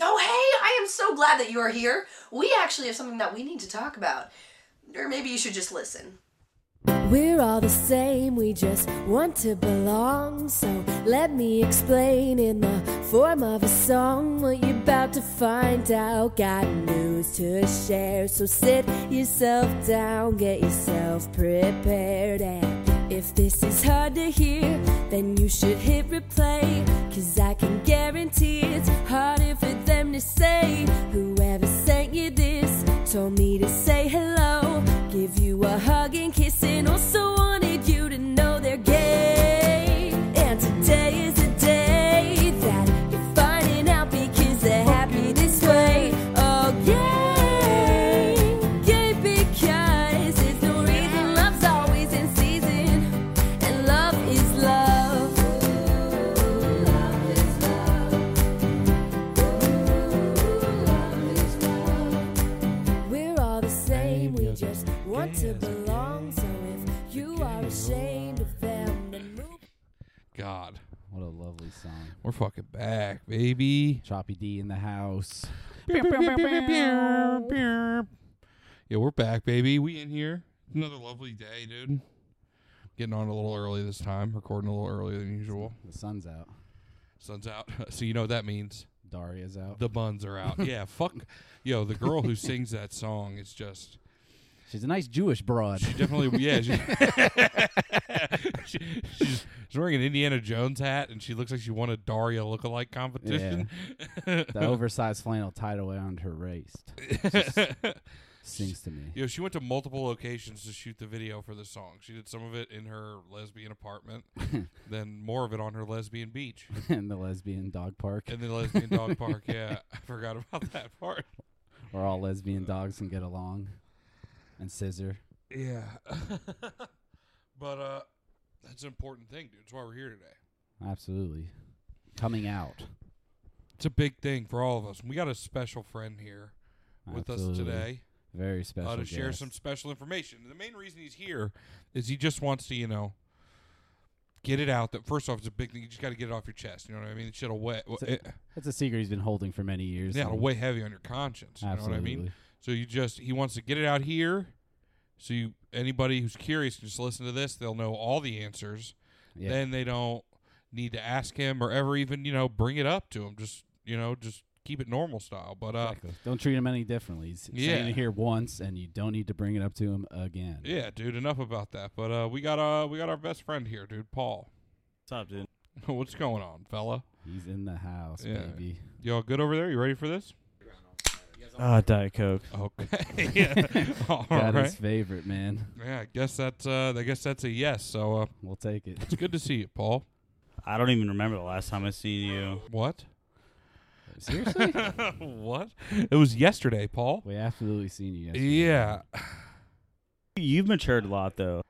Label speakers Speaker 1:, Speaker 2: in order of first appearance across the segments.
Speaker 1: Oh, am so glad that you are here. We actually have something that we need to talk about. Or maybe you should just listen.
Speaker 2: We're all the same, we just want to belong. So let me explain in the form of a song what you're about to find out. Got news to share, so sit yourself down, get yourself prepared. And if this is hard to hear, then you should hit replay. Cause I can guarantee it's harder for them to say. Whoever sent you this told me to say hello, give you a hug and kiss, and also wanted you to know they're gay. And today is the day that you're finding out because they're happy this way. Oh, gay, gay because there's no reason love's always in season, and love is love. We're all the same, we just want to belong. So if you are ashamed of them, then move.
Speaker 3: God,
Speaker 4: What a lovely song.
Speaker 3: we're fucking back, baby.
Speaker 4: Choppy D in the house.
Speaker 3: Yeah, we're back, baby. We in here. Another lovely day, dude. Getting on a little early this time, recording a little earlier than usual.
Speaker 4: The sun's out.
Speaker 3: Sun's out. So you know what that means.
Speaker 4: Daria's out.
Speaker 3: The buns are out. Yeah, fuck. Yo, the girl who sings that song is just
Speaker 4: She's a nice Jewish broad.
Speaker 3: She definitely, yeah. She, she- she's, she's wearing an Indiana Jones hat, and she looks like she won a Daria lookalike competition.
Speaker 4: the oversized flannel tied around her waist. Just sings to me.
Speaker 3: You know, she went to multiple locations to shoot the video for the song. She did some of it in her lesbian apartment, then more of it on her lesbian beach,
Speaker 4: in the lesbian dog park,
Speaker 3: and then lesbian dog park. Yeah, I forgot about that part.
Speaker 4: where all
Speaker 3: Uh.
Speaker 4: lesbian dogs can get along and scissor.
Speaker 3: Yeah, but uh, that's an important thing, dude. That's why we're here today.
Speaker 4: Absolutely. Coming out.
Speaker 3: It's a big thing for all of us. We got a special friend here with us
Speaker 4: Absolutely.
Speaker 3: today.
Speaker 4: Very special.
Speaker 3: uh, to share
Speaker 4: guest.
Speaker 3: some special information. The main reason he's here is he just wants to, you know, get it out. That first off, it's a big thing. You just got to get it off your chest. You know what I mean? It should weigh,
Speaker 4: a-
Speaker 3: it,
Speaker 4: That's a secret he's been holding for many years.
Speaker 3: yeah,
Speaker 4: so-
Speaker 3: it'll weigh heavy on your conscience. You know what I mean?
Speaker 4: Absolutely.
Speaker 3: So you just he wants to get it out here. So you anybody who's curious can just listen to this. They'll know all the answers.
Speaker 4: Yeah.
Speaker 3: Then they don't need to ask him or ever even you know bring it up to him. Just you know just keep it normal style. But uh,
Speaker 4: Exactly. Don't treat him any differently. He's saying
Speaker 3: Yeah.
Speaker 4: it here once, and you don't need to bring it up to him again.
Speaker 3: yeah, dude, enough about that. But uh, we got uh we got our best friend here, dude, Paul.
Speaker 5: What's up, dude?
Speaker 3: What's going on, fella?
Speaker 4: He's in the house,
Speaker 3: Yeah.
Speaker 4: baby.
Speaker 3: Y'all good over there? You ready for this?
Speaker 5: Ah, Diet Coke.
Speaker 3: Okay. yeah. All
Speaker 4: Got
Speaker 3: right.
Speaker 4: his favorite, man.
Speaker 3: Yeah, I guess that's uh, I guess that's a yes. So uh,
Speaker 4: We'll take it.
Speaker 3: it's good to see you, Paul.
Speaker 5: I don't even remember the last time I seen you.
Speaker 3: What?
Speaker 4: Seriously?
Speaker 3: what? It was yesterday, Paul.
Speaker 4: we absolutely seen you yesterday.
Speaker 3: Yeah.
Speaker 5: You've matured a lot, though.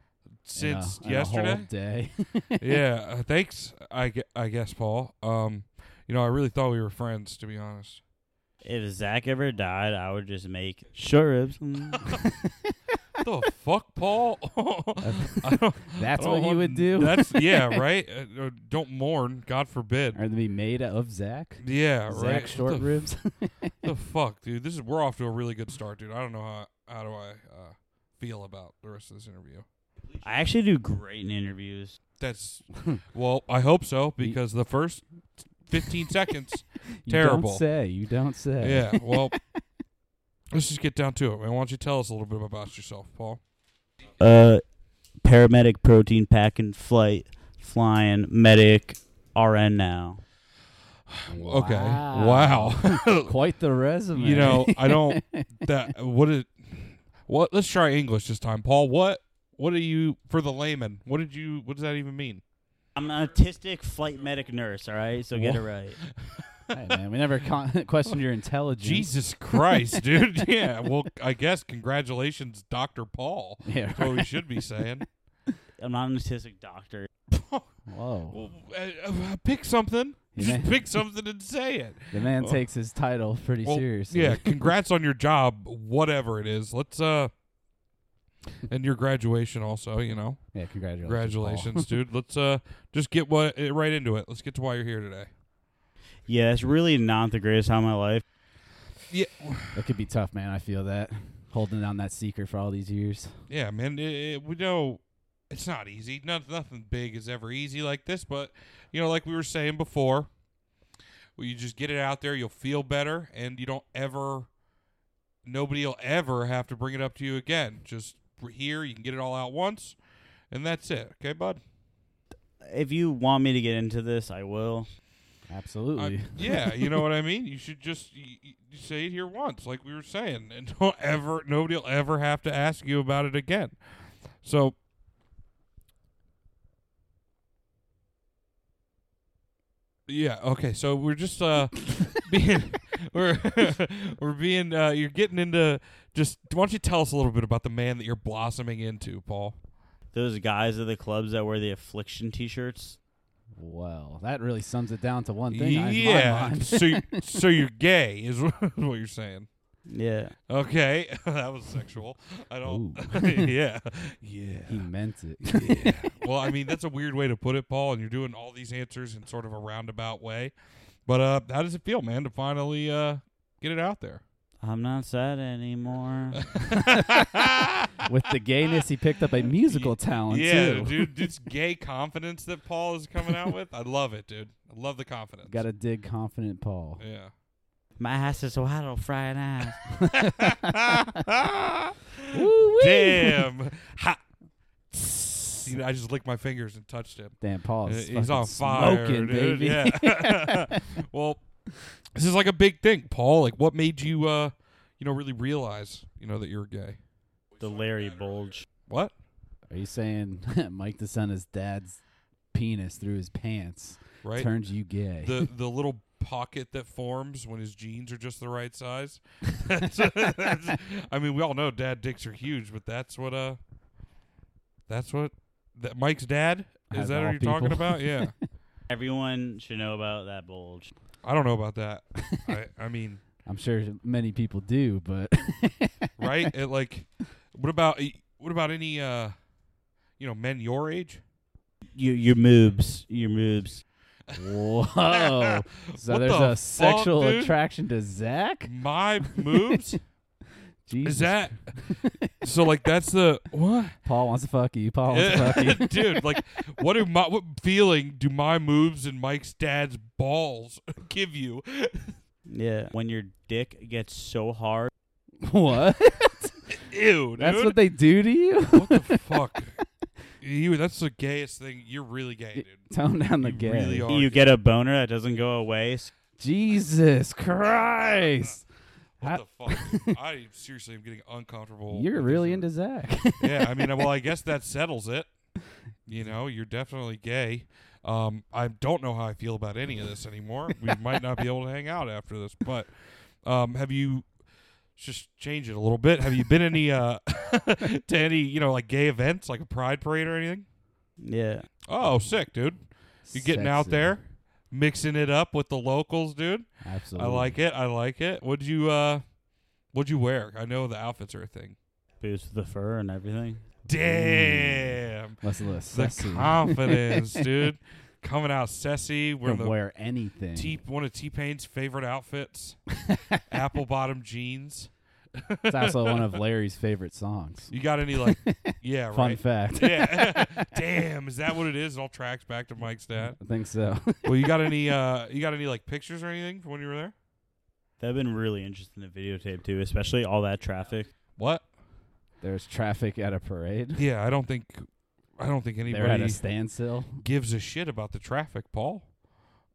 Speaker 4: In a-
Speaker 3: Since
Speaker 4: in a whole
Speaker 3: yesterday.
Speaker 4: day.
Speaker 3: yeah. Uh, thanks. I, gue- I guess Paul. Um, you know, I really thought we were friends, to be honest.
Speaker 5: If Zach ever died, I would just make short ribs.
Speaker 3: the fuck, Paul? I don't, I
Speaker 4: That's
Speaker 3: don't
Speaker 4: what he
Speaker 3: want-
Speaker 4: would do.
Speaker 3: Oh, That's yeah, right. Uh, uh, don't mourn. God forbid.
Speaker 4: Are they be made of Zach?
Speaker 3: Yeah,
Speaker 4: Zach
Speaker 3: right. What
Speaker 4: short
Speaker 3: the
Speaker 4: ribs.
Speaker 3: the fuck, dude? This is we're off to a really good start, dude. I don't know how how do I uh, feel about the rest of this interview.
Speaker 5: I actually do great in interviews.
Speaker 3: That's well, I hope so because the first fifteen seconds,
Speaker 4: You
Speaker 3: Terrible.
Speaker 4: don't say. You don't say.
Speaker 3: yeah. Well, let's just get down to it, man. Why don't you tell us a little bit about yourself, Paul?
Speaker 5: Uh, paramedic, protein pack, and flight, flying, medic, RN now.
Speaker 3: Okay.
Speaker 4: Wow.
Speaker 3: Wow.
Speaker 4: Quite the resume.
Speaker 3: you know, I don't that what did what? Let's try English this time, Paul. What what do you for the layman? What did you? What does that even mean?
Speaker 5: I'm an autistic flight medic nurse, all right? So get it
Speaker 3: Wha-
Speaker 5: right.
Speaker 4: Hey, man, we never con- questioned your intelligence.
Speaker 3: Jesus Christ, dude. Yeah. Well, I guess congratulations, Dr. Paul.
Speaker 4: Yeah.
Speaker 3: That's what we should be saying.
Speaker 5: I'm not an autistic doctor.
Speaker 4: Whoa.
Speaker 3: Well, uh, uh, pick something.
Speaker 4: Yeah.
Speaker 3: Just pick something and say it.
Speaker 4: The man
Speaker 3: Oh.
Speaker 4: takes his title pretty
Speaker 3: Well,
Speaker 4: seriously.
Speaker 3: Yeah, congrats on your job, whatever it is. Let's uh and your graduation also, you know.
Speaker 4: Yeah, congratulations.
Speaker 3: Congratulations, dude. Let's uh just get what uh, right into it. Let's get to why you're here today.
Speaker 5: Yeah, it's really not the greatest time of my life.
Speaker 3: Yeah,
Speaker 4: It could be tough, man. I feel that holding down that secret for all these years.
Speaker 3: yeah, man. It, it, we know it's not easy. Not, nothing big is ever easy like this, but you know, like we were saying before, well, you just get it out there. You'll feel better, and you don't ever. Nobody will ever have to bring it up to you again. Just we're here, you can get it all out once, and that's it. Okay, bud.
Speaker 5: If you want me to get into this, I will.
Speaker 3: I-
Speaker 4: Absolutely.
Speaker 3: yeah, you know what I mean. You should just y y- you say it here once, like we were saying, and don't ever nobody will ever have to ask you about it again. So, yeah, okay. So we're just uh being we're we're being uh, you're getting into just. Why don't you tell us a little bit about the man that you're blossoming into, Paul?
Speaker 5: Those guys at the clubs that wear the affliction T-shirts.
Speaker 4: well, that really sums it down to one thing. I- in my
Speaker 3: yeah.
Speaker 4: mind.
Speaker 3: so you, so you're gay is what you're saying.
Speaker 5: Yeah.
Speaker 3: Okay, that was sexual. I don't. yeah, yeah.
Speaker 4: he meant it.
Speaker 3: Well, I mean, that's a weird way to put it, Paul. And you're doing all these answers in sort of a roundabout way. But uh, how does it feel, man, to finally uh, get it out there?
Speaker 5: I'm not sad anymore.
Speaker 4: With the gayness, he picked up a musical talent
Speaker 3: yeah,
Speaker 4: too.
Speaker 3: dude, this gay confidence that Paul is coming out with, I love it, dude. I love the confidence.
Speaker 4: Got to dig confident Paul.
Speaker 3: Yeah.
Speaker 5: My ass is so hot, I'll fry an ass.
Speaker 3: Damn. Ha. You know, I just licked my fingers and touched him.
Speaker 4: Damn, Paul
Speaker 3: Uh,
Speaker 4: Oh, is
Speaker 3: he's
Speaker 4: fucking
Speaker 3: on fire,
Speaker 4: smoking,
Speaker 3: dude.
Speaker 4: baby.
Speaker 3: Yeah. well, this is like a big thing, Paul. Like, what made you, uh, you know, really realize, you know, that you're gay?
Speaker 5: the Larry Bulge.
Speaker 3: What?
Speaker 4: Are you saying Mike the Son is dad's penis through his pants
Speaker 3: Right?
Speaker 4: turns you gay?
Speaker 3: The the little pocket that forms when his jeans are just the right size. That's- that's- I mean, we all know dad dicks are huge, but that's what uh, that's what that Mike's dad is
Speaker 4: As
Speaker 3: that
Speaker 4: all
Speaker 3: what you're talking
Speaker 4: people.
Speaker 3: about? Yeah.
Speaker 5: Everyone should know about that bulge.
Speaker 3: I don't know about that. I, I mean,
Speaker 4: I'm sure many people do, but
Speaker 3: right? It like, what about e, what about any uh, you know, men your age?
Speaker 5: You, your moobs, your moobs.
Speaker 4: whoa! So
Speaker 3: What
Speaker 4: there's
Speaker 3: the
Speaker 4: a
Speaker 3: fuck,
Speaker 4: sexual
Speaker 3: dude?
Speaker 4: attraction to Zach.
Speaker 3: My moves
Speaker 4: Jesus.
Speaker 3: is that so? Like that's the what?
Speaker 4: Paul wants to fuck you. Paul wants to fuck Oh, you.
Speaker 3: dude. Like, what do my what feeling do my moves and Mike's dad's balls give you?
Speaker 5: Yeah. When your dick gets so hard,
Speaker 4: What?
Speaker 3: Ew, dude.
Speaker 4: That's what they do to you.
Speaker 3: what the fuck? You, that's the gayest thing. You're really gay, dude.
Speaker 4: Tone down the
Speaker 3: You
Speaker 4: gay.
Speaker 3: really are.
Speaker 5: you get a boner that doesn't go away. S-
Speaker 4: Jesus Christ!
Speaker 3: What the fuck? I seriously am getting uncomfortable.
Speaker 4: You're
Speaker 3: with
Speaker 4: really
Speaker 3: this.
Speaker 4: into Zach.
Speaker 3: yeah, I mean, well, I guess that settles it. You know, you're definitely gay. Um, I don't know how I feel about any of this anymore. We might not be able to hang out after this, but um, have you let's just change it a little bit? Have you been any uh, to any you know like gay events, like a pride parade or anything?
Speaker 5: Yeah.
Speaker 3: Oh, sick, dude! You getting out
Speaker 4: Sexy.
Speaker 3: there, mixing it up with the locals, dude. I
Speaker 4: Absolutely.
Speaker 3: like it. I like it. What'd you uh, what'd you wear? I know the outfits are a thing.
Speaker 5: Boost the fur and everything.
Speaker 3: Damn.
Speaker 4: Let's list.
Speaker 3: the
Speaker 4: Sexy.
Speaker 3: confidence, dude. Coming out sessy, wearing
Speaker 4: Can
Speaker 3: the
Speaker 4: wear anything.
Speaker 3: T, one of T Pain's favorite outfits, apple bottom jeans.
Speaker 4: It's also one of Larry's favorite songs.
Speaker 3: You got any like, yeah,
Speaker 4: Fun
Speaker 3: right?
Speaker 4: fact.
Speaker 3: Yeah, damn, is that what it is? It all tracks back to Mike's dad.
Speaker 4: I think so.
Speaker 3: Well, you got any, uh, you got any like pictures or anything from when you were there?
Speaker 5: That'd been really interesting to videotape too, especially all that traffic.
Speaker 3: What?
Speaker 4: There's traffic at a parade.
Speaker 3: Yeah, I don't think, I don't think
Speaker 4: They're at
Speaker 3: anybody
Speaker 4: a standstill.
Speaker 3: gives a shit about the traffic, Paul.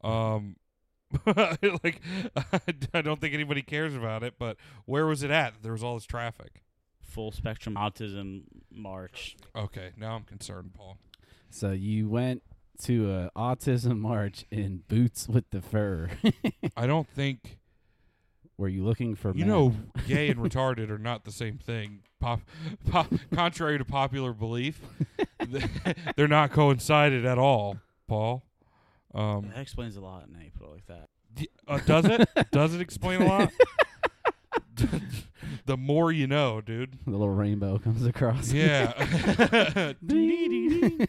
Speaker 3: Um, like, I don't think anybody cares about it. But where was it at? that There was all this traffic.
Speaker 5: Full spectrum autism march.
Speaker 3: Okay, now I'm concerned, Paul.
Speaker 4: So you went to a autism march in boots with the fur.
Speaker 3: I don't think
Speaker 4: Were you looking for
Speaker 3: you
Speaker 4: men?
Speaker 3: know gay and retarded are not the same thing. Pop, pop, contrary to popular belief, th- they're not coincided at all, Paul. Um,
Speaker 5: That explains a lot, Nate. Put it like that.
Speaker 3: d- uh, does it? Does it explain a lot? the more you know, dude.
Speaker 4: The little rainbow comes across.
Speaker 3: Yeah.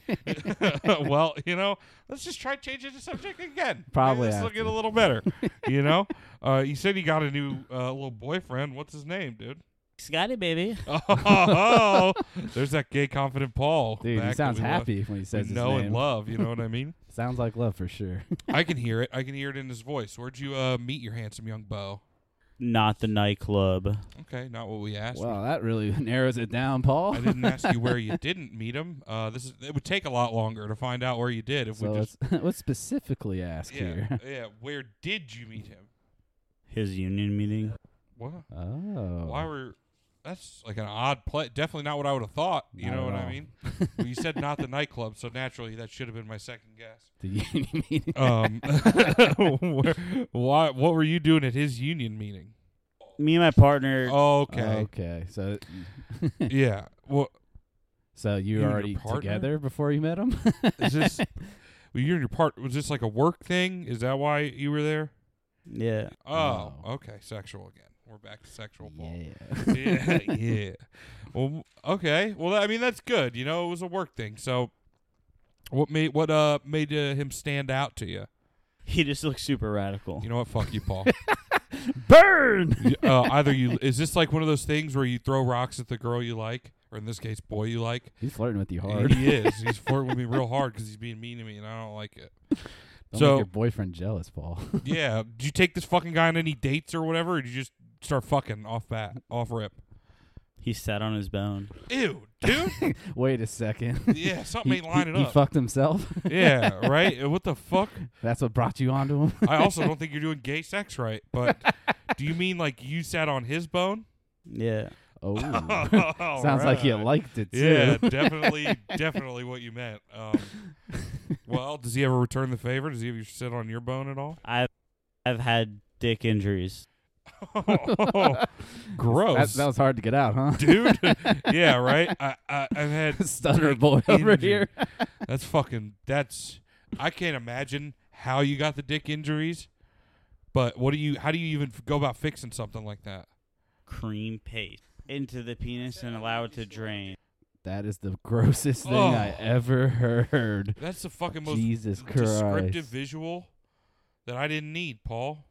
Speaker 3: well, you know, let's just try changing the subject again.
Speaker 4: Probably
Speaker 3: Maybe this will
Speaker 4: have
Speaker 3: get
Speaker 4: to.
Speaker 3: a little better. you know, uh, you said you got a new uh, little boyfriend. What's his name, dude?
Speaker 5: Scotty, baby.
Speaker 3: Oh, there's that gay confident Paul.
Speaker 4: Dude,
Speaker 3: back
Speaker 4: he
Speaker 3: that
Speaker 4: sounds
Speaker 3: we love-
Speaker 4: happy when he
Speaker 3: we
Speaker 4: says his
Speaker 3: know
Speaker 4: name.
Speaker 3: and love. You know what I mean?
Speaker 4: Sounds like love for sure.
Speaker 3: I can hear it. I can hear it in his voice. Where'd you uh, meet your handsome young beau?
Speaker 5: Not the nightclub.
Speaker 3: Okay, not what we asked.
Speaker 4: wow, that really narrows it down, Paul.
Speaker 3: I didn't ask you where you didn't meet him. Uh, this is it would take a lot longer to find out where you did if
Speaker 4: so
Speaker 3: we just
Speaker 4: let's, let's specifically ask
Speaker 3: yeah,
Speaker 4: here.
Speaker 3: yeah. Where did you meet him?
Speaker 5: His union meeting.
Speaker 3: What?
Speaker 4: Oh.
Speaker 3: Why were? That's like an odd play. Definitely not what I would have thought. You
Speaker 4: Not
Speaker 3: know
Speaker 4: at
Speaker 3: what
Speaker 4: all.
Speaker 3: I mean? well, you said not the nightclub, so naturally that should have been my second guess.
Speaker 4: the union meeting.
Speaker 3: Um, where, why? What were you doing at his union meeting?
Speaker 5: Me and my partner.
Speaker 3: Okay,
Speaker 4: Okay. So
Speaker 3: yeah. Well,
Speaker 4: so
Speaker 3: You
Speaker 4: you
Speaker 3: and
Speaker 4: were
Speaker 3: your
Speaker 4: already
Speaker 3: partner?
Speaker 4: together before you met him?
Speaker 3: is this? well, you and your part was this like a work thing? Is that why you were there?
Speaker 5: Yeah.
Speaker 3: Oh,
Speaker 4: No.
Speaker 3: okay. Sexual again. We're back to sexual. Paul.
Speaker 4: yeah.
Speaker 3: yeah, Oh, yeah. Well, okay. Well, I mean that's good. You know, it was a work thing. So, what made what uh made uh, him stand out to you?
Speaker 5: He just looks super radical.
Speaker 3: You know what? Fuck you, Paul.
Speaker 4: Burn.
Speaker 3: You- uh, either you is this like one of those things where you throw rocks at the girl you like, or in this case, boy you like.
Speaker 4: He's flirting with you
Speaker 3: And
Speaker 4: hard.
Speaker 3: He is. He's flirting with me real hard because he's being mean to me, and I don't like it.
Speaker 4: Don't make your
Speaker 3: so
Speaker 4: boyfriend jealous, Paul.
Speaker 3: yeah, did you take this fucking guy on any dates or whatever? Or did you just start fucking off bat, off rip?
Speaker 5: He sat on his bone.
Speaker 3: Ew, dude.
Speaker 4: Wait a second.
Speaker 3: Yeah, something
Speaker 4: He,
Speaker 3: ain't lining
Speaker 4: he
Speaker 3: up.
Speaker 4: fucked himself.
Speaker 3: yeah, right. Uh, What the fuck?
Speaker 4: That's what brought you onto him.
Speaker 3: I also don't think you're doing gay sex right, but do you mean like you sat on his bone?
Speaker 5: Yeah.
Speaker 4: Oh, sounds
Speaker 3: Sounds
Speaker 4: like you liked it too.
Speaker 3: Yeah, definitely, definitely what you meant. Um, well, does he ever return the favor? Does he ever sit on your bone at all?
Speaker 5: I've I've had dick injuries.
Speaker 4: That,
Speaker 3: Oh, gross,
Speaker 4: that was hard to get out, huh?
Speaker 3: dude. yeah, right. I, I I've had
Speaker 4: Stutter
Speaker 3: dick
Speaker 4: boy over
Speaker 3: injury.
Speaker 4: here.
Speaker 3: That's fucking. That's. I can't imagine how you got the dick injuries. But what do you? How do you even f- go about fixing something like that?
Speaker 5: Cream paste into the penis and allow it to drain.
Speaker 4: That is the grossest thing I
Speaker 3: Oh.
Speaker 4: ever heard.
Speaker 3: That's the fucking most
Speaker 4: Jesus
Speaker 3: descriptive
Speaker 4: Christ.
Speaker 3: visual that I didn't need, Paul.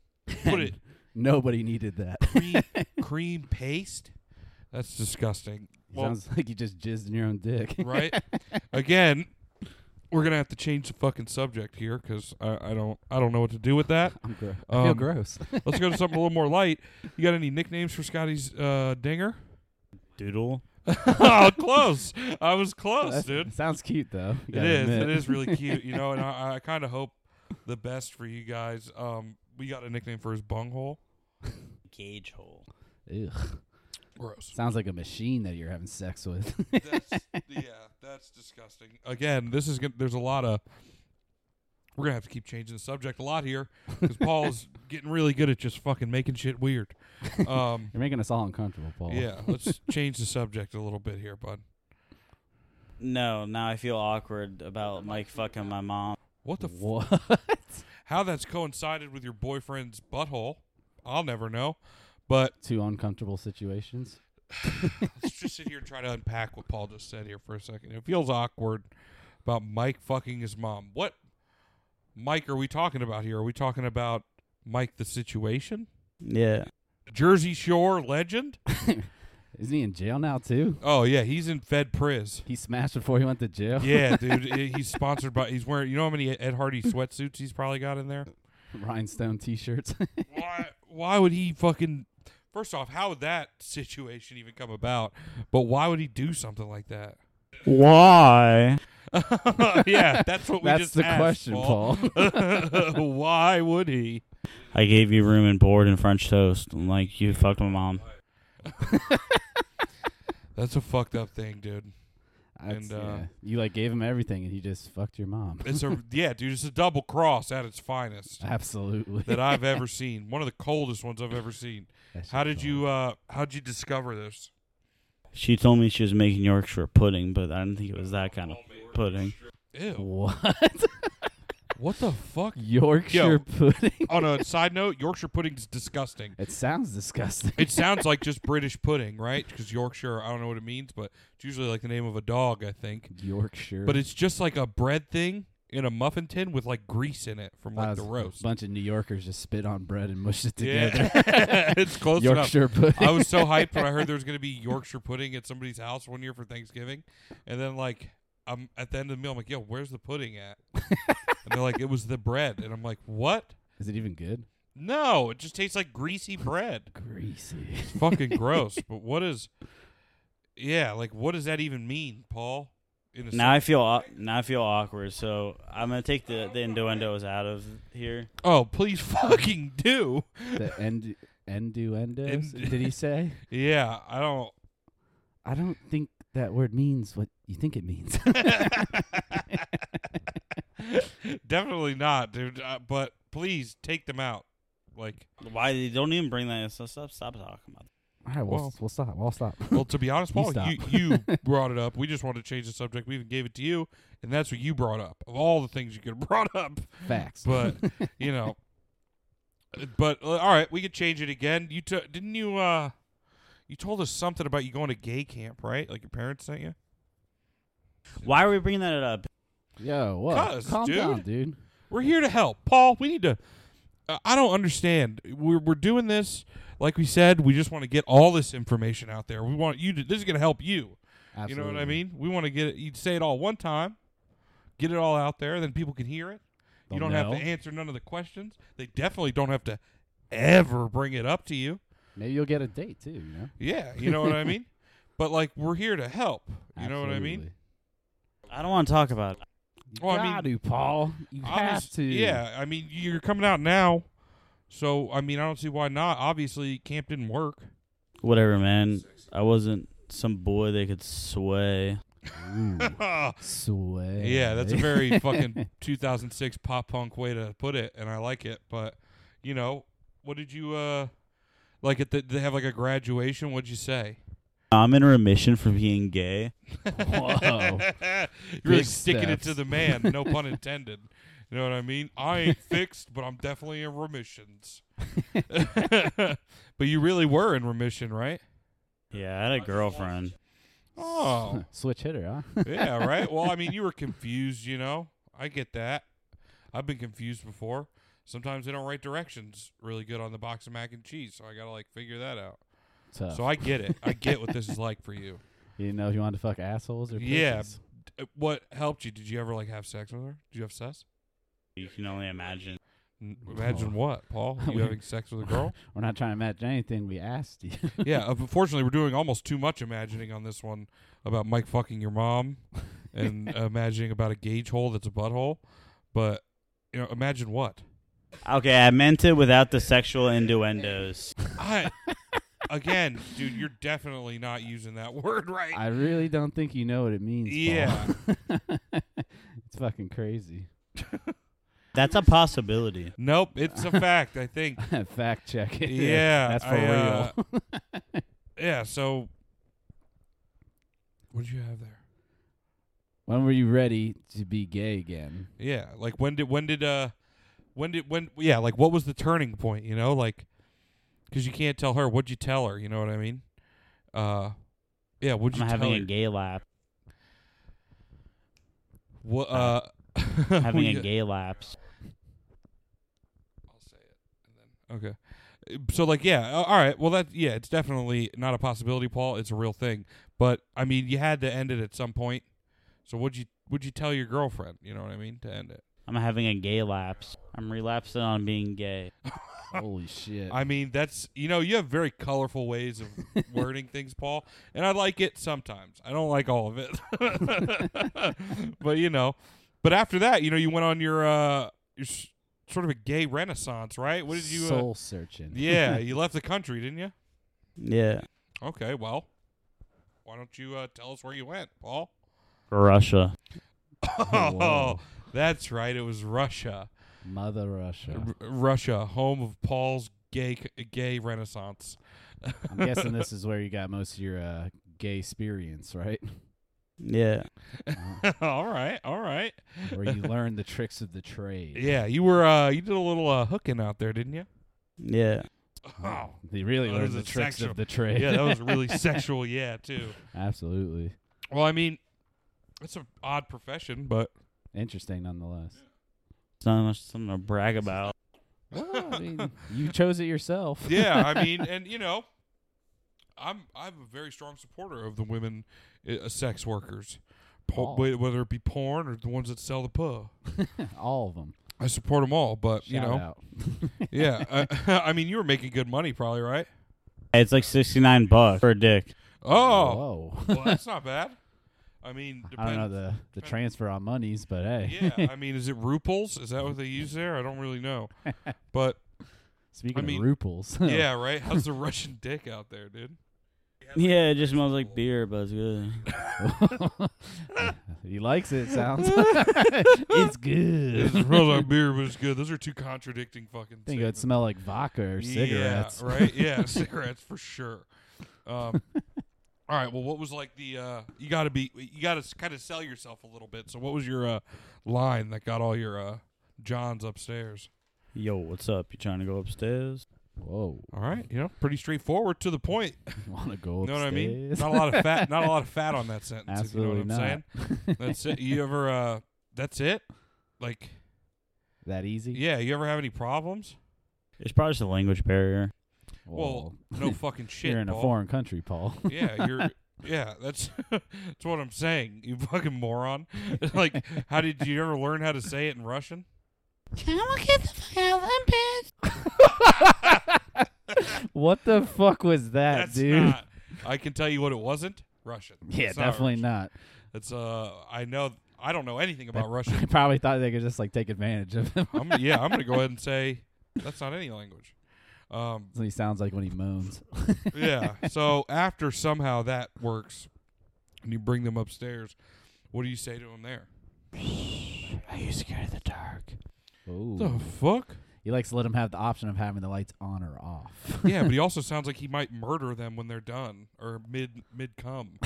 Speaker 3: Put it
Speaker 4: Nobody needed that.
Speaker 3: cream, cream paste. That's disgusting. Well,
Speaker 4: Sounds like you just jizzed in your own dick.
Speaker 3: right? Again, we're gonna have to change the fucking subject here because I, I don't I don't know what to do with that.
Speaker 4: I'm gro- I feel
Speaker 3: Um,
Speaker 4: gross.
Speaker 3: Let's go to something a little more light. You got any nicknames for Scotty's uh, dinger?
Speaker 5: Doodle.
Speaker 3: oh, close. I was close,
Speaker 4: That's-
Speaker 3: dude.
Speaker 4: Sounds cute though.
Speaker 3: It
Speaker 4: you gotta
Speaker 3: is.
Speaker 4: admit.
Speaker 3: It is really cute, you know. And I, I kind of hope the best for you guys. Um, we got a nickname for his bunghole.
Speaker 5: Gauge hole.
Speaker 4: Ugh.
Speaker 3: Gross.
Speaker 4: Sounds like a machine that you're having sex with.
Speaker 3: that's, yeah, that's disgusting. Again, this is gonna, there's a lot of we're gonna have to keep changing the subject a lot here because Paul's getting really good at just fucking making shit weird. Um,
Speaker 4: you're making us all uncomfortable, Paul.
Speaker 3: yeah, let's change the subject a little bit here, bud.
Speaker 5: No, now I feel awkward about Mike fucking my mom.
Speaker 3: What the f-
Speaker 4: What?
Speaker 3: how that's coincided with your boyfriend's butthole? I'll never know. But
Speaker 4: Two uncomfortable situations.
Speaker 3: let's just sit here and try to unpack what Paul just said here for a second. It feels awkward about Mike fucking his mom. What Mike are we talking about here? Are we talking about Mike the situation?
Speaker 5: Yeah.
Speaker 3: Jersey Shore legend?
Speaker 4: Isn't he in jail now too?
Speaker 3: Oh yeah, he's in Fed Priz.
Speaker 4: He smashed before he went to jail.
Speaker 3: Yeah, dude, he- he's sponsored by. He's wearing. You know how many Ed Hardy sweatsuits he's probably got in there?
Speaker 4: Rhinestone T-shirts.
Speaker 3: Why? Why would he fucking? First off, how would that situation even come about? But why would he do something like that?
Speaker 5: Why?
Speaker 3: yeah, that's what we
Speaker 4: That's
Speaker 3: just
Speaker 4: the
Speaker 3: asked,
Speaker 4: question, Paul.
Speaker 3: Paul. why would he?
Speaker 5: I gave you room and board and French toast. I'm like, you fucked my mom.
Speaker 3: That's a fucked up thing, dude.
Speaker 4: That's-
Speaker 3: And, uh,
Speaker 4: yeah. you like gave him everything, and he just fucked your mom.
Speaker 3: It's a yeah, dude. It's a double cross at its finest
Speaker 4: Absolutely.
Speaker 3: that I've ever seen. One of the coldest ones I've ever seen.
Speaker 4: That's
Speaker 3: How
Speaker 4: just
Speaker 3: did you? uh How'd you discover this?
Speaker 5: She told me she was making Yorkshire pudding, but I didn't think it was that kind of pudding.
Speaker 4: awful.
Speaker 3: Ew.
Speaker 4: What?
Speaker 3: What the fuck?
Speaker 4: Yorkshire pudding.
Speaker 3: On a side note, Yorkshire pudding's disgusting.
Speaker 4: It sounds disgusting.
Speaker 3: It sounds like just British pudding, right? Because Yorkshire, I don't know what it means, but it's usually like the name of a dog, I think.
Speaker 4: Yorkshire.
Speaker 3: But it's just like a bread thing in a muffin tin with like grease in it from like the roast.
Speaker 4: A bunch of New Yorkers just spit on bread and mushed it together.
Speaker 3: Yeah, it's close enough.
Speaker 4: Yorkshire pudding.
Speaker 3: I was so hyped when I heard there was going to be Yorkshire pudding at somebody's house one year for Thanksgiving, and then like I'm at the end of the meal, I'm like, "Yo, where's the pudding at?" and they're like, "It was the bread," and I'm like, "What?
Speaker 4: Is it even good?
Speaker 3: No, it just tastes like greasy bread.
Speaker 4: Greasy.
Speaker 3: It's fucking gross." But what is? Yeah, like what does that even mean, Paul? In a
Speaker 5: Now I feel au- now I feel awkward, so I'm gonna take the, the innuendos out of here.
Speaker 3: sen- oh, please fucking do.
Speaker 4: the end enduendos.
Speaker 3: End-
Speaker 4: did he say?
Speaker 3: Yeah, I don't.
Speaker 4: I don't think that word means what you think it means.
Speaker 3: Definitely not, dude. Uh, but please take them out. Like,
Speaker 5: Why they don't even bring that? So stop stop talking about.
Speaker 4: All right, we'll,
Speaker 3: Well-
Speaker 4: we'll stop. We'll stop.
Speaker 3: well, to be honest,
Speaker 4: You
Speaker 3: Paul, you,
Speaker 4: stop.
Speaker 3: you brought it up. We just wanted to change the subject. We even gave it to you, and that's what you brought up of all the things you could have brought up.
Speaker 4: Facts.
Speaker 3: But you know, but uh, all right, we could change it again. You t- didn't you? uh You told us something about you going to gay camp, right? Like your parents sent you.
Speaker 5: It. Why are we bringing that up?
Speaker 4: Yo, what?
Speaker 3: Cuz,
Speaker 4: Calm
Speaker 3: dude.
Speaker 4: down, dude.
Speaker 3: We're here to help, Paul. We need to. Uh, I don't understand. We're we're doing this like we said. We just want to get all this information out there. We want you to. This is going to help you.
Speaker 4: Absolutely.
Speaker 3: You know what I mean? We want to get it. You'd say it all one time, get it all out there, then people can hear it. you
Speaker 4: They'll
Speaker 3: don't have to
Speaker 4: know.
Speaker 3: answer none of the questions. They definitely don't have to ever bring it up to you.
Speaker 4: Maybe you'll get a date too. You know.
Speaker 3: Yeah, you know what I mean. But like, we're here to help. You know what I mean?
Speaker 5: I don't want to talk about it.
Speaker 4: You
Speaker 3: Well, I mean,
Speaker 4: got to, Paul. You have
Speaker 3: Obvious-
Speaker 4: to.
Speaker 3: Yeah, I mean, you're coming out now, so I mean, I don't see why not. Obviously, camp didn't work.
Speaker 5: Whatever, man. I wasn't some boy they could sway.
Speaker 4: Ooh,
Speaker 3: Ah,
Speaker 4: sway.
Speaker 3: yeah, that's a very fucking 2006 pop punk way to put it, and I like it. But you know, what did you uh like? At the, did they have like a graduation. What'd you say?
Speaker 5: I'm in remission for being gay.
Speaker 4: Whoa.
Speaker 3: You're really
Speaker 4: Big
Speaker 3: sticking it
Speaker 4: steps.
Speaker 3: to the man. No pun intended. You know what I mean? I ain't fixed, but I'm definitely in remissions. but you really were in remission, right?
Speaker 5: Yeah, I had a girlfriend.
Speaker 3: Oh,
Speaker 4: Switch hitter, huh?
Speaker 3: yeah, right. Well, I mean, you were confused, you know. I get that. I've been confused before. Sometimes they don't write directions really good on the box of mac and cheese, so I gotta like figure that out.
Speaker 4: Tough.
Speaker 3: So I get it. I get what this is like for you.
Speaker 4: you didn't know if you wanted to fuck assholes or
Speaker 3: Yeah.
Speaker 4: pussies.
Speaker 3: Uh, What helped you? Did you ever like have sex with her? Did you have sex?
Speaker 5: You can only imagine.
Speaker 3: N- Imagine what, Paul? You
Speaker 4: We-
Speaker 3: having sex with a girl?
Speaker 4: We're not trying to match anything we asked you.
Speaker 3: yeah. uh, Unfortunately, we're doing almost too much imagining on this one about Mike fucking your mom and imagining about a gauge hole that's a butthole. But you know, imagine what?
Speaker 5: Okay, I meant it without the sexual innuendos.
Speaker 3: I again, dude, you're definitely not using that word right.
Speaker 4: I really don't think you know what it means.
Speaker 3: Yeah.
Speaker 4: Paul. it's fucking crazy.
Speaker 5: That's a possibility.
Speaker 3: nope, it's a fact. I think.
Speaker 4: Fact check it.
Speaker 3: Yeah,
Speaker 4: that's for
Speaker 3: I,
Speaker 4: real.
Speaker 3: uh, Yeah. So, what did you have there?
Speaker 4: when were you ready to be gay again?
Speaker 3: Yeah, like when did when did uh when did when yeah like what was the turning point? You know, like because you can't tell her what'd you tell her. You know what I mean? Uh, yeah. What'd you
Speaker 5: I'm
Speaker 3: tell
Speaker 5: having a
Speaker 3: her?
Speaker 5: gay lap.
Speaker 3: What uh
Speaker 5: Having
Speaker 3: we-
Speaker 5: a gay lapse.
Speaker 3: I'll say it and then okay. Uh, So like yeah, a- all right. Well that yeah, it's definitely not a possibility, Paul. It's a real thing. But I mean, you had to end it at some point. So would you would you tell your girlfriend? You know what I mean to end it.
Speaker 5: I'm having a gay lapse. I'm relapsing on being gay.
Speaker 4: Holy shit!
Speaker 3: I mean, that's you know, you have very colorful ways of wording things, Paul, and I like it sometimes. I don't like all of it, but you know, but after that, you know, you went on your uh, your s- sort of a gay renaissance, right? What did you? Uh,
Speaker 4: soul searching?
Speaker 3: yeah, you left the country, didn't you?
Speaker 5: Yeah.
Speaker 3: Okay, well, why don't you uh, tell us where you went, Paul?
Speaker 5: Russia.
Speaker 3: Oh, that's right. It was Russia,
Speaker 4: Mother Russia.
Speaker 3: R- Russia, home of Paul's gay c- gay renaissance.
Speaker 4: I'm guessing this is where you got most of your uh, gay experience, right? Uh,
Speaker 5: Yeah.
Speaker 3: all right, all right.
Speaker 4: where you learn the tricks of the trade.
Speaker 3: Yeah, you were uh, you did a little uh, hooking out there, didn't you?
Speaker 5: Yeah.
Speaker 3: Oh,
Speaker 4: They really
Speaker 3: Oh,
Speaker 4: learn
Speaker 3: there's
Speaker 4: the
Speaker 3: a
Speaker 4: tricks
Speaker 3: sexual-
Speaker 4: of the trade.
Speaker 3: yeah, that was really sexual. Yeah, too.
Speaker 4: Absolutely.
Speaker 3: Well, I mean, it's an odd profession, but
Speaker 4: Interesting nonetheless.
Speaker 5: It's not much something to brag about.
Speaker 4: Well, I mean, you chose it yourself.
Speaker 3: yeah, I mean, and you know, I'm I'm a very strong supporter of the women uh, sex workers, po-
Speaker 4: Oh.
Speaker 3: wh- whether it be porn or the ones that sell the puh.
Speaker 4: All of them.
Speaker 3: I support them all, but Uh, you know,
Speaker 4: Shout out.
Speaker 3: yeah. uh, I, I mean, you were making good money, probably, right?
Speaker 5: It's like sixty nine bucks for a dick.
Speaker 3: Oh,
Speaker 4: Whoa.
Speaker 3: well, that's not bad. I mean,
Speaker 4: I don't know
Speaker 3: depends-
Speaker 4: the, the transfer on monies, but hey.
Speaker 3: yeah, I mean, is it ruples? Is that what they use there? I don't really know, but
Speaker 4: Speaking
Speaker 3: I mean,
Speaker 4: of ruples.
Speaker 3: yeah, right. How's the Russian dick out there, dude?
Speaker 5: Yeah, it just smells like beer, but it's good.
Speaker 4: he likes it, sounds. it's
Speaker 3: It
Speaker 4: good.
Speaker 3: smells like beer, but it's good. Those are two contradicting fucking.
Speaker 4: think it would
Speaker 3: statements.
Speaker 4: smell like vodka or cigarettes.
Speaker 3: Yeah, right? Yeah, cigarettes for sure. Um, all right. Well, what was like the? Uh, you got to be. You got to kind of sell yourself a little bit. So, what was your uh, line that got all your uh, Johns upstairs?
Speaker 5: Yo, what's up? You trying to go upstairs?
Speaker 4: Whoa.
Speaker 3: All right. You know, pretty straightforward to the point.
Speaker 4: Want to go
Speaker 3: You know what I
Speaker 4: upstairs?
Speaker 3: mean? Not a lot of fat. Not a lot of fat on that sentence.
Speaker 4: Absolutely
Speaker 3: if you know what I'm saying.
Speaker 4: not.
Speaker 3: That's it. You ever? Uh, that's it. Like,
Speaker 4: that easy?
Speaker 3: yeah. You ever have any problems?
Speaker 5: It's probably just a language barrier.
Speaker 3: Well, no fucking shit.
Speaker 4: you're in a
Speaker 3: Paul.
Speaker 4: foreign country, Paul.
Speaker 3: yeah, you're. Yeah, that's that's what I'm saying. You fucking moron. like, how did you ever learn how to say it in Russian?
Speaker 4: what the fuck was that,
Speaker 3: That's
Speaker 4: dude?
Speaker 3: not. I can tell you what it wasn't. Russian.
Speaker 4: yeah,
Speaker 3: It's
Speaker 4: definitely
Speaker 3: Russian.
Speaker 4: not.
Speaker 3: It's uh, I know. I don't know anything
Speaker 4: They-
Speaker 3: about
Speaker 4: They
Speaker 3: Russian.
Speaker 4: probably thought they could just like take advantage of him.
Speaker 3: I'm, yeah, I'm gonna go ahead and say that's not any language. Um,
Speaker 4: That's what he sounds like when he moans.
Speaker 3: yeah. So after somehow that works, and you bring them upstairs, what do you say to them there?
Speaker 4: Are you scared of the dark?
Speaker 3: The
Speaker 4: Oh,
Speaker 3: fuck?
Speaker 4: he likes to let him have the option of having the lights on or off.
Speaker 3: Yeah, but he also sounds like he might murder them when they're done or mid mid come.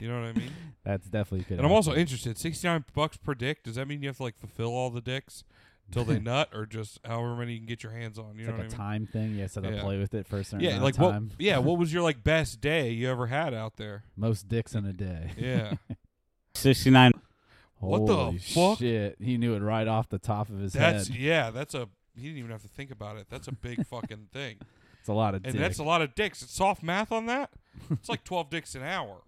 Speaker 3: you know what I mean?
Speaker 4: That's definitely good.
Speaker 3: And I'm also
Speaker 4: option.
Speaker 3: interested. Sixty nine bucks per dick. Does that mean you have to like fulfill all the dicks till they nut, or just however many you can get your hands on? You know
Speaker 4: it's like a
Speaker 3: what I mean?
Speaker 4: time thing. You have to
Speaker 3: Yeah.
Speaker 4: play with it for a certain
Speaker 3: yeah,
Speaker 4: amount
Speaker 3: like
Speaker 4: of time.
Speaker 3: what? Yeah, what was your like best day you ever had out there?
Speaker 4: Most dicks in a day.
Speaker 3: Yeah,
Speaker 5: Sixty nine
Speaker 3: What the
Speaker 4: Holy
Speaker 3: fuck?
Speaker 4: Shit, he knew it right off the top of his
Speaker 3: that's
Speaker 4: head.
Speaker 3: yeah, that's a. He didn't even have to think about it. That's a big fucking thing,
Speaker 4: It's a lot of
Speaker 3: and
Speaker 4: dick.
Speaker 3: that's a lot of dicks. It's soft math on that. It's like twelve dicks an hour.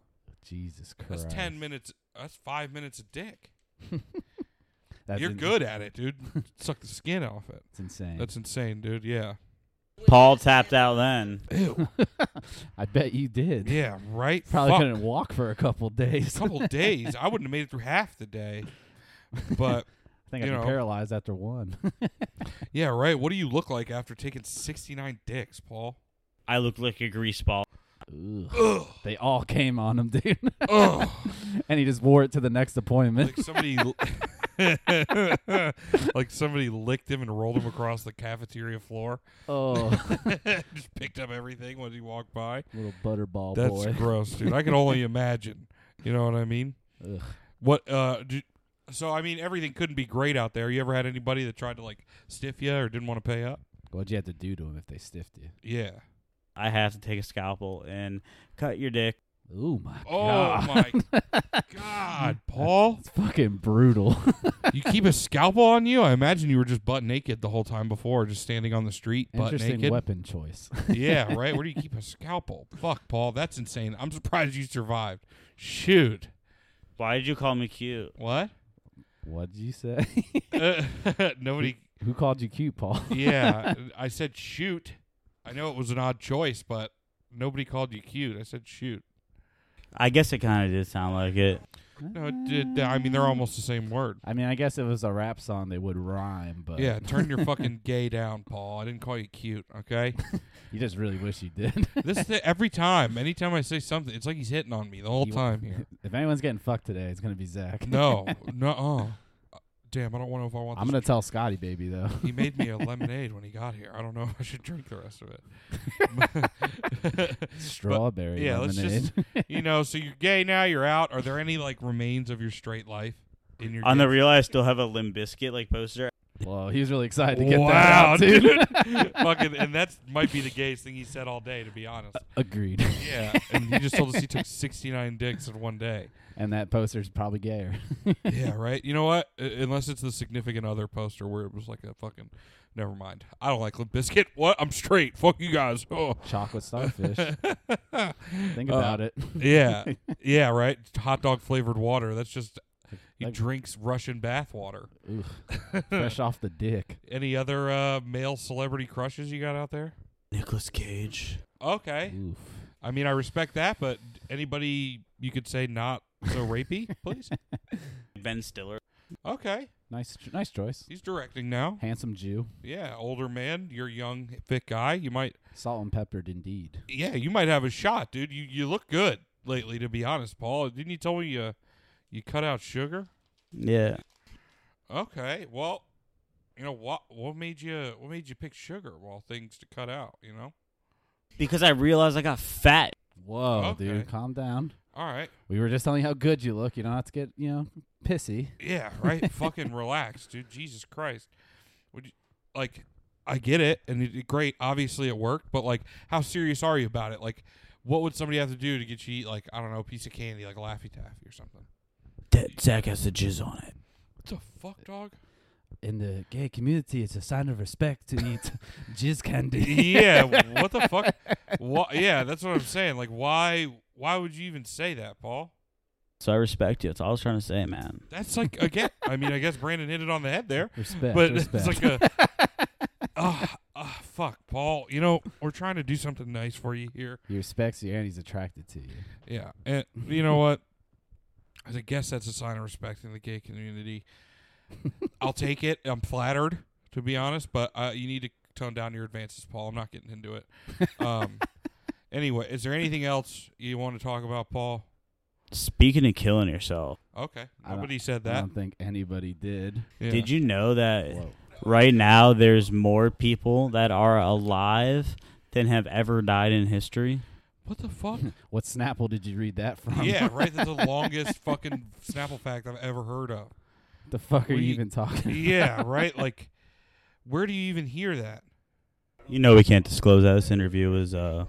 Speaker 4: Jesus Christ.
Speaker 3: That's ten minutes. That's five minutes a dick.
Speaker 4: That's
Speaker 3: You're
Speaker 4: in-
Speaker 3: good at it, dude. Suck the skin off it.
Speaker 4: It's insane.
Speaker 3: That's insane, dude. Yeah.
Speaker 5: Paul tapped out then.
Speaker 3: Ew.
Speaker 4: I bet you did.
Speaker 3: yeah. Right.
Speaker 4: Probably
Speaker 3: Fuck.
Speaker 4: couldn't walk for a couple days.
Speaker 3: A couple days. I wouldn't have made it through half the day. But
Speaker 4: I think I'd
Speaker 3: you
Speaker 4: be
Speaker 3: know.
Speaker 4: paralyzed after one.
Speaker 3: yeah, right. What do you look like after taking 69 dicks, Paul?
Speaker 5: I look like a grease ball.
Speaker 4: Ugh.
Speaker 3: Ugh.
Speaker 4: They all came on him, dude.
Speaker 3: Ugh.
Speaker 4: and he just wore it to the next appointment.
Speaker 3: like somebody. like somebody licked him and rolled him across the cafeteria floor.
Speaker 4: oh,
Speaker 3: Just picked up everything when he walked by.
Speaker 4: little butterball
Speaker 3: That's
Speaker 4: Oh, boy.
Speaker 3: gross, dude. I can only imagine. You know what I mean?
Speaker 4: Ugh.
Speaker 3: What? Uh, do, so I mean, everything couldn't be great out there. You ever had anybody that tried to like stiff you or didn't want to pay up?
Speaker 4: What'd you have to do to him if they stiffed you?
Speaker 3: Yeah.
Speaker 5: I have to take a scalpel and cut your dick.
Speaker 4: Ooh my
Speaker 3: Oh
Speaker 4: god.
Speaker 3: my God, Paul!
Speaker 4: It's fucking brutal.
Speaker 3: You keep a scalpel on you? I imagine you were just butt naked the whole time before, just standing on the street, butt
Speaker 4: Interesting
Speaker 3: naked.
Speaker 4: weapon choice.
Speaker 3: yeah, right. Where do you keep a scalpel? Fuck, Paul. That's insane. I'm surprised you survived. Shoot.
Speaker 5: Why did you call me cute?
Speaker 3: What?
Speaker 4: What'd you say?
Speaker 3: Uh, nobody.
Speaker 4: Who called you cute, Paul?
Speaker 3: yeah, I said shoot. I know it was an odd choice, but nobody called you cute. I said shoot.
Speaker 5: I guess it kind of did sound like it.
Speaker 3: No, it did. I mean, they're almost the same word.
Speaker 4: I mean, I guess if it was a rap song, they would rhyme, but
Speaker 3: Yeah, turn your fucking gay down, Paul. I didn't call you cute, okay?
Speaker 4: you just really wish you did.
Speaker 3: This th- every time, anytime I say something, it's like he's hitting on me the whole
Speaker 4: You-
Speaker 3: time here.
Speaker 4: if anyone's getting fucked today, it's gonna be Zach.
Speaker 3: No, no, Damn, I don't know if I want.
Speaker 4: I'm
Speaker 3: this
Speaker 4: gonna tell Scotty, baby, though.
Speaker 3: He made me a lemonade when he got here. I don't know if I should drink the rest of it.
Speaker 4: strawberry
Speaker 3: yeah, let's
Speaker 4: lemonade.
Speaker 3: just you know. So you're gay now. You're out. Are there any like remains of your straight life in your
Speaker 5: On the
Speaker 3: gift?
Speaker 5: real, I still have a Limb Biscuit like poster.
Speaker 4: well, he was really excited to get
Speaker 3: wow,
Speaker 4: that out, dude.
Speaker 3: Fucking, and that's might be the gayest thing he said all day, to be honest.
Speaker 4: Agreed.
Speaker 3: Yeah, and he just told us he took 69 dicks in one day.
Speaker 4: And that poster's probably gayer.
Speaker 3: Yeah, right. You know what? Uh, unless it's the significant other poster where it was like a fucking. Never mind. I don't like Limp Biscuit. What? I'm straight. Fuck you guys. Oh.
Speaker 4: Chocolate starfish. Think
Speaker 3: Uh,
Speaker 4: about it.
Speaker 3: Yeah, yeah, right. Hot dog flavored water. That's just he
Speaker 4: Like-
Speaker 3: drinks Russian bath water.
Speaker 4: Fresh off the dick.
Speaker 3: Any other uh, male celebrity crushes you got out there?
Speaker 5: Nicholas Cage.
Speaker 3: Okay,
Speaker 4: Oof.
Speaker 3: I mean I respect that, but anybody you could say not so rapey, please.
Speaker 5: Ben Stiller.
Speaker 3: Okay,
Speaker 4: Nice, nice choice.
Speaker 3: he's directing now.
Speaker 4: Handsome Jew.
Speaker 3: Yeah, older man. You're a young, fit guy. You might,
Speaker 4: Salt and peppered indeed.
Speaker 3: yeah, you might have a shot, dude. You you look good lately, to be honest, Paul. Didn't you tell me you you cut out sugar?
Speaker 5: Yeah.
Speaker 3: Okay, well, you know what? What made you? What made you pick sugar of all things to cut out? You know.
Speaker 5: Because I realized I got fat.
Speaker 4: Whoa,
Speaker 3: Okay.
Speaker 4: dude. Calm down.
Speaker 3: All right.
Speaker 4: We were just telling you how good you look. You don't have to get, you know, pissy.
Speaker 3: Yeah. Right. Fucking relax, dude. Jesus Christ. Would you like? I get it, and it, it- great. Obviously, it worked, but like, how serious are you about it? Like, what would somebody have to do to get you to eat like I don't know, a piece of candy, like a Laffy Taffy or something?
Speaker 5: That Zach has the jizz on it.
Speaker 3: What the fuck, dog?
Speaker 4: In the gay community, it's a sign of respect to eat jizz candy.
Speaker 3: yeah. What the fuck? Wha Yeah, that's what I'm saying. Like, why? Why would you even say that, Paul?
Speaker 5: So I respect you. That's all I was trying to say, man.
Speaker 3: That's like again. I mean, I guess Brandon hit it on the head there.
Speaker 4: Respect.
Speaker 3: but
Speaker 4: respect.
Speaker 3: it's like a oh, fuck paul you know we're trying to do something nice for you here
Speaker 4: he respects you and he's attracted to you.
Speaker 3: yeah and you know what i guess that's a sign of respect in the gay community i'll take it i'm flattered to be honest but uh, you need to tone down your advances paul i'm not getting into it um, anyway is there anything else you want to talk about paul
Speaker 5: Speaking of killing yourself,
Speaker 3: okay
Speaker 4: I don't-
Speaker 3: nobody said
Speaker 4: I
Speaker 3: that
Speaker 4: don't think anybody did.
Speaker 3: yeah.
Speaker 5: did you know that
Speaker 4: Whoa.
Speaker 5: right now there's more people that are alive than have ever died in history?
Speaker 3: what the fuck
Speaker 4: What Snapple did you read that from?
Speaker 3: yeah right that's the longest fucking snapple fact i've ever heard of
Speaker 4: the fuck are
Speaker 3: We-
Speaker 4: you even talking?
Speaker 3: yeah, right. Like, where do you even hear that?
Speaker 5: You know we can't disclose that. This interview is uh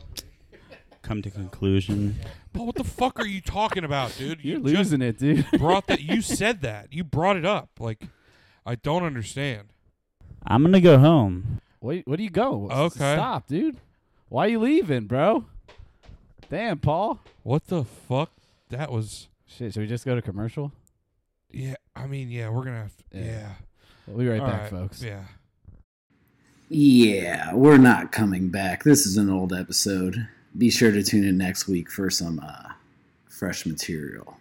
Speaker 5: come to conclusion.
Speaker 3: Paul, what the fuck are you talking about, dude?
Speaker 4: You're
Speaker 3: you
Speaker 4: losing it, dude.
Speaker 3: Just brought that. You said that. You brought it up. Like, I don't understand.
Speaker 5: I'm gonna go home.
Speaker 4: Wait, what do you go? S-
Speaker 3: Okay.
Speaker 4: Stop, dude. Why you leaving, bro? Damn, Paul.
Speaker 3: What the fuck? That was.
Speaker 4: Shit, should we just go to commercial?
Speaker 3: Yeah. I mean, yeah. We're gonna have. To,
Speaker 4: Yeah.
Speaker 3: yeah.
Speaker 4: We'll be right
Speaker 3: All
Speaker 4: back,
Speaker 3: right,
Speaker 4: folks.
Speaker 3: Yeah.
Speaker 6: Yeah, we're not coming back. This is an old episode. Be sure to tune in next week for some uh, fresh material.